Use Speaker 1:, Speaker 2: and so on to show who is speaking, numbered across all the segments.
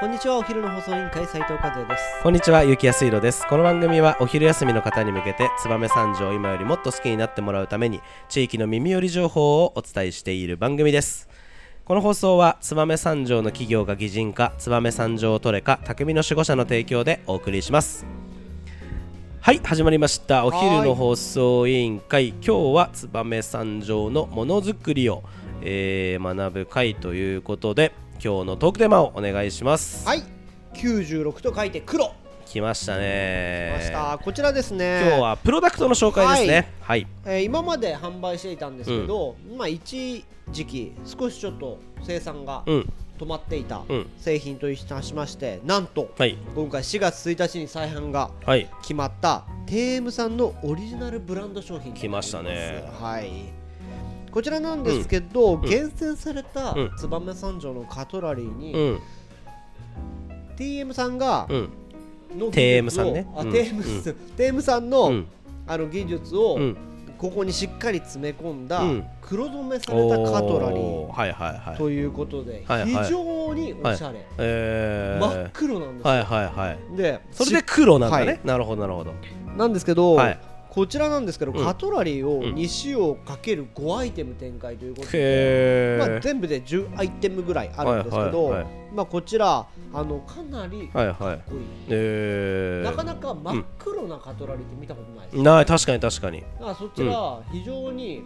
Speaker 1: こんにちはお昼の放送委員会斉藤和也です
Speaker 2: こんにちは、ゆきやすいろです。この番組はお昼休みの方に向けて、燕三条を今よりもっと好きになってもらうために、地域の耳寄り情報をお伝えしている番組です。この放送は、燕三条の企業が擬人化、燕三条トレカ、匠の守護者の提供でお送りします。はい、始まりました。お昼の放送委員会、今日は燕三条のものづくりを、えー学ぶ会ということで、今日のトークテーマをお願いします。
Speaker 1: はい96と書いて黒
Speaker 2: 来ましたね。
Speaker 1: ましたこちらですね
Speaker 2: 今日はプロダクトの紹介ですね。はい。
Speaker 1: えー今まで販売していたんですけど、まあ一時期少しちょっと生産が
Speaker 2: うん。
Speaker 1: 止まっていた
Speaker 2: うん
Speaker 1: 製品といたしましてなんと
Speaker 2: はい。
Speaker 1: 今回4月1日に再販が
Speaker 2: はい。
Speaker 1: 決まったテームさんのオリジナルブランド商品
Speaker 2: 来ましたね
Speaker 1: はいこちらなんですけど、
Speaker 2: ん
Speaker 1: 厳選された
Speaker 2: うん
Speaker 1: 燕三条のカトラリーに、
Speaker 2: うん。
Speaker 1: TM さんが
Speaker 2: うん。
Speaker 1: の技術を
Speaker 2: TM さんね
Speaker 1: あ
Speaker 2: うん
Speaker 1: TM さん TM さんの、
Speaker 2: うん。
Speaker 1: あの技術を、
Speaker 2: うん。
Speaker 1: ここにしっかり詰め込んだ、
Speaker 2: うん
Speaker 1: 黒染めされたカトラリ
Speaker 2: お
Speaker 1: ー
Speaker 2: はいはいはい。
Speaker 1: ということで、
Speaker 2: はいはい
Speaker 1: 非常におしゃれ、
Speaker 2: えー。
Speaker 1: 真っ黒なんですよ、
Speaker 2: はいはいはい。
Speaker 1: で
Speaker 2: それで黒なんだ
Speaker 1: は
Speaker 2: ね
Speaker 1: い。
Speaker 2: なるほどなるほど。
Speaker 1: なんですけど、
Speaker 2: はい
Speaker 1: こちらなんですけど、
Speaker 2: うん
Speaker 1: カトラリーを
Speaker 2: うん
Speaker 1: 2仕様かける5アイテム展開ということで、まあ、
Speaker 2: へ
Speaker 1: 全部で10アイテムぐらいあるんですけど、
Speaker 2: はいはいは
Speaker 1: まあ、こちらあのかなり
Speaker 2: ー。はいはい。
Speaker 1: 濃い、
Speaker 2: え
Speaker 1: なか
Speaker 2: ー。
Speaker 1: なか真っ黒なカトラリーって見たことないです、
Speaker 2: ない確かに確かに。
Speaker 1: だからそちら非常に、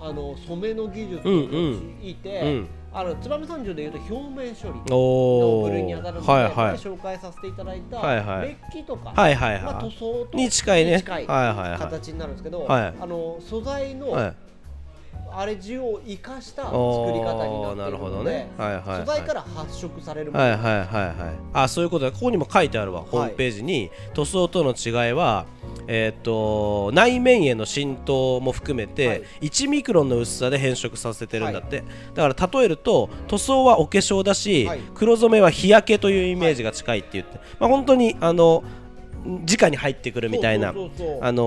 Speaker 1: あの染めの技術を
Speaker 2: うんうん
Speaker 1: 用いて、
Speaker 2: うん
Speaker 1: あの燕三条でいうと表面処理の
Speaker 2: おお。
Speaker 1: 部類に当たるので、
Speaker 2: はいはい
Speaker 1: 前。紹介させていただいた
Speaker 2: はいはい
Speaker 1: メッキとか、
Speaker 2: はいはい
Speaker 1: まあ、
Speaker 2: は
Speaker 1: 塗装と
Speaker 2: に近いね
Speaker 1: に近い
Speaker 2: はいはいはい
Speaker 1: 形になるんですけど、
Speaker 2: はい
Speaker 1: あの素材
Speaker 2: い。は
Speaker 1: の
Speaker 2: い。
Speaker 1: アレジを生かした作り
Speaker 2: お
Speaker 1: 方にな
Speaker 2: おな
Speaker 1: ってい
Speaker 2: る
Speaker 1: る
Speaker 2: ほ
Speaker 1: の
Speaker 2: ど
Speaker 1: で、
Speaker 2: ね。はいはいはい。
Speaker 1: 素材から発色されるもの、
Speaker 2: はいはいはいはいあそういうことだここにも書いてあるわ、ホームページに塗装との違いはえーっと内面への浸透も含めて、
Speaker 1: はい
Speaker 2: 1ミクロンの薄さで変色させてるんだって、だから例えると塗装はお化粧だし、
Speaker 1: はい
Speaker 2: 黒染めは日焼けというイメージが近いって言って、まあ、本当にあの直に入ってくるみたいな
Speaker 1: そうそうそうそう
Speaker 2: あの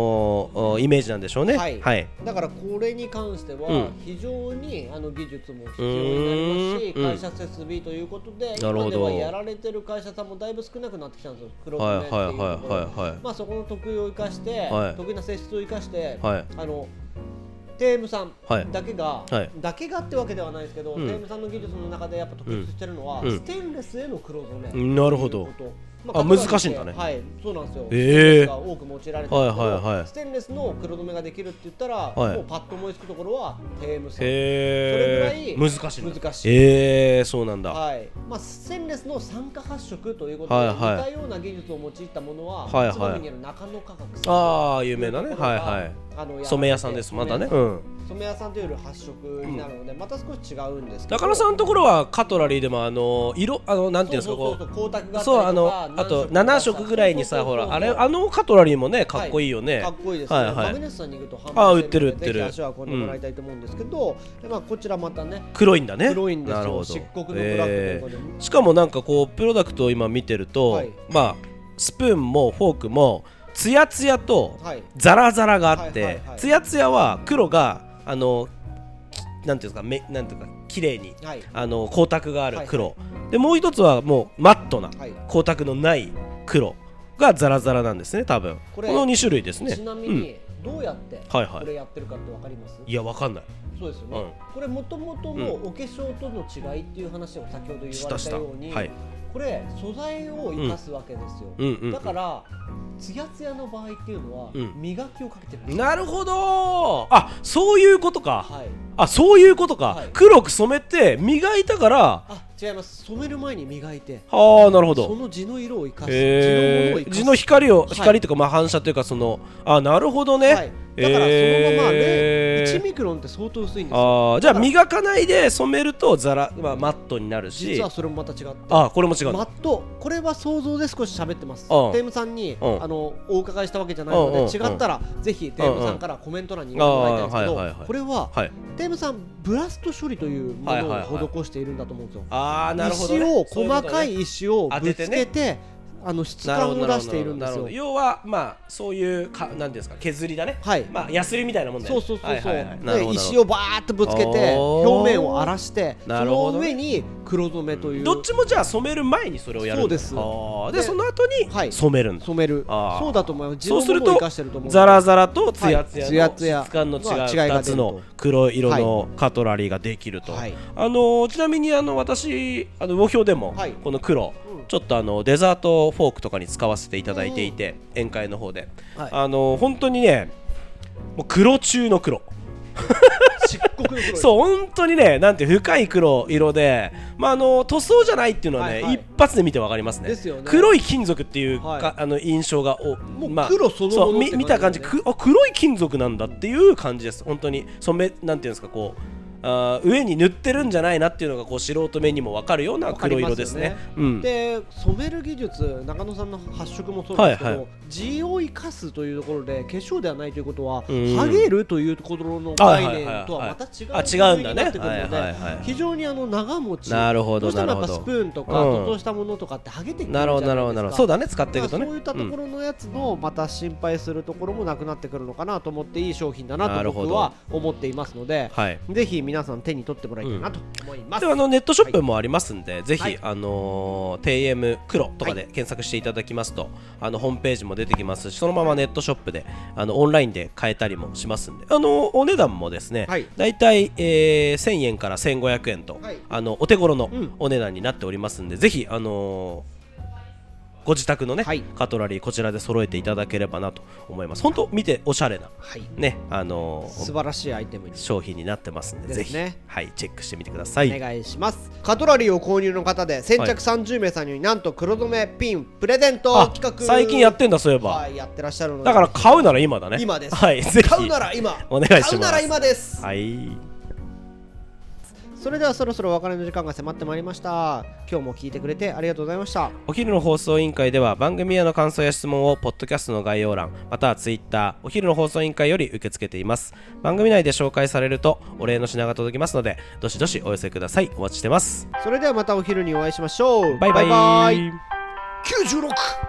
Speaker 2: ーおイメージなんでしょうね
Speaker 1: はい
Speaker 2: はい、
Speaker 1: だからこれに関して
Speaker 2: う
Speaker 1: は
Speaker 2: ん
Speaker 1: 非常にあの技術も必要になりますし、
Speaker 2: うーん
Speaker 1: 会社設備ということで、
Speaker 2: なる
Speaker 1: 今
Speaker 2: ほど
Speaker 1: ではやられてる会社さんもだいぶ少なくなってきたんですよ黒
Speaker 2: はい
Speaker 1: 船
Speaker 2: は
Speaker 1: っ
Speaker 2: い
Speaker 1: ていうところ、
Speaker 2: はいはい
Speaker 1: まあそこの得意を生かして、
Speaker 2: はい
Speaker 1: 得意な性質を生かして、
Speaker 2: はい
Speaker 1: あのテームさん
Speaker 2: はい
Speaker 1: だけが、
Speaker 2: はい
Speaker 1: だけがってわけではないですけど、
Speaker 2: うん
Speaker 1: テームさんの技術の中でやっぱ特筆してるのは、
Speaker 2: うん
Speaker 1: ステンレスへの黒染め、
Speaker 2: なるほど
Speaker 1: ということカ
Speaker 2: あ
Speaker 1: トラリーって
Speaker 2: 難しいんだね
Speaker 1: はい、そうなんですよ。
Speaker 2: え
Speaker 1: ステンレ
Speaker 2: え
Speaker 1: スが多く用いられてるけど、
Speaker 2: はいはいはい
Speaker 1: ステンレスの黒染めができるって言ったら、
Speaker 2: はい
Speaker 1: もうパッと思いつくところはテームさん。そ
Speaker 2: へ
Speaker 1: れ
Speaker 2: え
Speaker 1: ぐらい
Speaker 2: 難しいんだ
Speaker 1: 難しい
Speaker 2: えー、そうなんだ、
Speaker 1: はいまあ、ステンレスの酸化発色ということで、
Speaker 2: はいはい
Speaker 1: 似たような技術を用いたものは、
Speaker 2: はいはい
Speaker 1: 千葉県にある中野化学さん
Speaker 2: ああ有名だねはいはい
Speaker 1: あの
Speaker 2: 染め屋さんですまだね、うん、
Speaker 1: 染め屋さんというより発色になるので、また少し違うんですけど
Speaker 2: 中野さんのところはカトラリーでもあの色あのなんていうんですか
Speaker 1: そうそう
Speaker 2: こ
Speaker 1: そうう光沢があったりとか
Speaker 2: そうあのあと7色ぐらいにさ
Speaker 1: そう
Speaker 2: ほ
Speaker 1: そうそう
Speaker 2: らあれあのカトラリーもねかっこいいよね、
Speaker 1: かっこいいですね、
Speaker 2: はいはい
Speaker 1: マグネスさんに行くと販
Speaker 2: あ
Speaker 1: 売
Speaker 2: 売って
Speaker 1: してので
Speaker 2: る売ってる
Speaker 1: ぜひ足を運んでもらいたいと思うんですけど、でまあ、こちらまたね
Speaker 2: 黒いんだね
Speaker 1: 黒いんですよ
Speaker 2: なるほど
Speaker 1: 漆黒のブラックということで
Speaker 2: ーしかもなんかこうプロダクトを今見てると、
Speaker 1: はい
Speaker 2: まあスプーンもフォークもツヤツヤと
Speaker 1: はい
Speaker 2: ザラザラがあっ
Speaker 1: はいはい
Speaker 2: て
Speaker 1: はい
Speaker 2: ツヤツヤは黒があのきなんていうんですかめなんていうか綺麗に
Speaker 1: はい
Speaker 2: あの光沢がある
Speaker 1: はい
Speaker 2: 黒、でもう一つはもうマットな
Speaker 1: はい
Speaker 2: 光沢のない黒がザラザラなんですね多分
Speaker 1: こ
Speaker 2: こ
Speaker 1: れ
Speaker 2: の2種類ですね
Speaker 1: ちなみ
Speaker 2: うん
Speaker 1: にどうやって
Speaker 2: はいはい
Speaker 1: これやってるかってわかります、
Speaker 2: いやわかんない
Speaker 1: そうですよね、これもともとのお化粧との違いっていう話を先ほど言
Speaker 2: し
Speaker 1: わ
Speaker 2: た
Speaker 1: れ
Speaker 2: したた
Speaker 1: ように、
Speaker 2: はい
Speaker 1: これ素材を生かすわけですよ、
Speaker 2: うんうん
Speaker 1: だからツヤツヤの場合っていうのは、
Speaker 2: うん
Speaker 1: 磨きをかけてるんですよ
Speaker 2: なるほどあそういうことか
Speaker 1: はい
Speaker 2: あそういうことか、
Speaker 1: はい
Speaker 2: 黒く染めて磨いたからあ
Speaker 1: あ違います染める前に磨いて
Speaker 2: あーなるほ
Speaker 1: そ
Speaker 2: ど
Speaker 1: の地の色を生かす
Speaker 2: へ
Speaker 1: 地のもの
Speaker 2: え
Speaker 1: を生かす
Speaker 2: 地の光を
Speaker 1: はい
Speaker 2: 光というか、まあ反射というかそのあなるほどね、
Speaker 1: はい、だからそのまま、
Speaker 2: へ
Speaker 1: ね、
Speaker 2: ー
Speaker 1: 1ミクロンって相当薄いんですよ
Speaker 2: あーじゃあ磨かないで染めるとザラ、まあ、マットになるし
Speaker 1: 実はそれもまた違って
Speaker 2: あこれも違うんだ
Speaker 1: マットこれは想像で少し喋ってますテ
Speaker 2: うん
Speaker 1: ームさんに
Speaker 2: うん
Speaker 1: あのお伺いしたわけじゃないの
Speaker 2: うん
Speaker 1: で
Speaker 2: うん
Speaker 1: 違ったらぜひテームさんからコメント欄に入れてもらいたいんですけ
Speaker 2: あーはいはいは
Speaker 1: ど
Speaker 2: い
Speaker 1: これは
Speaker 2: はい
Speaker 1: テームさんブラスト処理というも
Speaker 2: はいはい
Speaker 1: の
Speaker 2: はい
Speaker 1: を施しているんだと思うんですよ
Speaker 2: ああなるほど、ね、
Speaker 1: 石を
Speaker 2: そういう
Speaker 1: 細
Speaker 2: こと
Speaker 1: か
Speaker 2: ね
Speaker 1: い石をぶつ
Speaker 2: 当て
Speaker 1: けてあの質
Speaker 2: なるほ
Speaker 1: 感
Speaker 2: ど
Speaker 1: を
Speaker 2: な
Speaker 1: 出
Speaker 2: るほ
Speaker 1: し
Speaker 2: ど
Speaker 1: ているんで
Speaker 2: なる
Speaker 1: す
Speaker 2: ほど
Speaker 1: よ
Speaker 2: 要はまあそういうかなんていうんですか削りだね
Speaker 1: はい
Speaker 2: まあヤスリみたいなもんだ
Speaker 1: そ
Speaker 2: よね
Speaker 1: うそうそうそう、
Speaker 2: はいはいはいなる
Speaker 1: で
Speaker 2: ほどなるほ
Speaker 1: 石
Speaker 2: ど
Speaker 1: をバーッとぶつけて
Speaker 2: おー
Speaker 1: 表面を荒らしてそ
Speaker 2: なるほどね
Speaker 1: の上に黒染めという
Speaker 2: どっちもじゃあ染める前にそれをやる
Speaker 1: そ
Speaker 2: んだ
Speaker 1: うです
Speaker 2: ああで
Speaker 1: で
Speaker 2: その後
Speaker 1: は
Speaker 2: に
Speaker 1: い
Speaker 2: 染めるんだ、
Speaker 1: 染める
Speaker 2: あー
Speaker 1: そうだと思います
Speaker 2: そうする
Speaker 1: 自分のものを
Speaker 2: と
Speaker 1: 生かしてると思うんで
Speaker 2: ザラザラとツヤツ
Speaker 1: はいツヤ
Speaker 2: ヤ
Speaker 1: ツヤ
Speaker 2: の質感の違う
Speaker 1: まあ違いが出ると
Speaker 2: 2つの黒色のカトラリーができると、
Speaker 1: はい
Speaker 2: あのーちなみにあの私あの魚評でも
Speaker 1: はい
Speaker 2: この黒、
Speaker 1: うん
Speaker 2: ちょっとあのデザートフォークとかに使わせていただいていて、宴会の方で、
Speaker 1: はい
Speaker 2: あのー本当にねもう黒中の黒
Speaker 1: 漆黒の黒い
Speaker 2: そう本当にねなんて深い黒色で、まあ、あの塗装じゃないっていうのはね、
Speaker 1: はいはい
Speaker 2: 一発で見てわかりますね
Speaker 1: ですよね
Speaker 2: 黒い金属っていうか、
Speaker 1: はい
Speaker 2: あの印象がお、
Speaker 1: もう黒そのもの
Speaker 2: そうみ
Speaker 1: って感じ
Speaker 2: 見た感じ
Speaker 1: です
Speaker 2: くあ黒い金属なんだっていう感じです本当に染めなんていうんですかこうあー上に塗ってるんじゃないなっていうのがこう素人目にもわかるような
Speaker 1: わかります
Speaker 2: 黒
Speaker 1: よ
Speaker 2: 色ですねうん、
Speaker 1: で染める技術中野さんの発色もそうなんですけど、
Speaker 2: はいはい
Speaker 1: 地を生かすというところで化粧ではないということは、
Speaker 2: うん
Speaker 1: 剥げるというところの
Speaker 2: は
Speaker 1: 概
Speaker 2: いはいはい
Speaker 1: 念
Speaker 2: はい
Speaker 1: とはまた違う
Speaker 2: あ違うんだ
Speaker 1: 部類に
Speaker 2: ね
Speaker 1: なってくるので、
Speaker 2: はいはいはい
Speaker 1: 非常にあの長持ち
Speaker 2: なるほど
Speaker 1: どうしてもやっ
Speaker 2: な
Speaker 1: ぱ
Speaker 2: るほ
Speaker 1: ス
Speaker 2: ど
Speaker 1: プーンとか、
Speaker 2: うん
Speaker 1: ちょっとしたものとかって剥げてくるじゃ
Speaker 2: なる
Speaker 1: ない
Speaker 2: ほ
Speaker 1: です
Speaker 2: ど
Speaker 1: か
Speaker 2: なるほどなるほどそうだね使ってい
Speaker 1: ま
Speaker 2: く
Speaker 1: あ
Speaker 2: と
Speaker 1: そ
Speaker 2: ね、
Speaker 1: ういったところのやつのまた心配するところもなくなってくるのかなと思っていい商品だな
Speaker 2: なる
Speaker 1: と
Speaker 2: ほど
Speaker 1: 僕は思っていますので
Speaker 2: うん、はい
Speaker 1: ぜひ皆さん手に取ってもらいたいなと思います。
Speaker 2: であのネットショップもありますんで、ぜひ、
Speaker 1: はい
Speaker 2: あのー TM 黒とかで
Speaker 1: は
Speaker 2: 検索していただきますと、あのホームページも出てきますしそのままネットショップであのオンラインで買えたりもしますんで、あのーお値段もですね、
Speaker 1: はい
Speaker 2: 大体、えー1000円から1500円と、
Speaker 1: はい
Speaker 2: あのお手頃の
Speaker 1: うん
Speaker 2: お値段になっておりますんで、ぜひ、あのーご自宅のね、
Speaker 1: はい
Speaker 2: カトラリーこちらで揃えていただければなと思います本当見ておしゃれな
Speaker 1: はい、
Speaker 2: ねあのー
Speaker 1: 素晴らしいアイテムに
Speaker 2: 商品になってますんで
Speaker 1: です
Speaker 2: ぜ
Speaker 1: ね
Speaker 2: ひ、はい、チェックしてみてください。
Speaker 1: お願いしますカトラリーを購入の方で先着30名さんになんと黒染めピンプレゼント
Speaker 2: あ
Speaker 1: 企画
Speaker 2: 最近やってんだそういえば、
Speaker 1: はいやってらっしゃるので
Speaker 2: だから買うなら今だね
Speaker 1: 今です
Speaker 2: はいぜひ
Speaker 1: 買うなら今
Speaker 2: お願いします
Speaker 1: 買うなら今です
Speaker 2: はい
Speaker 1: それではそろそろお別れの時間が迫ってまいりました今日も聞いてくれてありがとうございました
Speaker 2: お昼の放送委員会では番組への感想や質問をポッドキャストの概要欄またはツイッターお昼の放送委員会より受け付けています番組内で紹介されるとお礼の品が届きますのでどしどしお寄せくださいお待ちしてます
Speaker 1: それではまたお昼にお会いしましょう
Speaker 2: バイバイ
Speaker 1: バイバイ96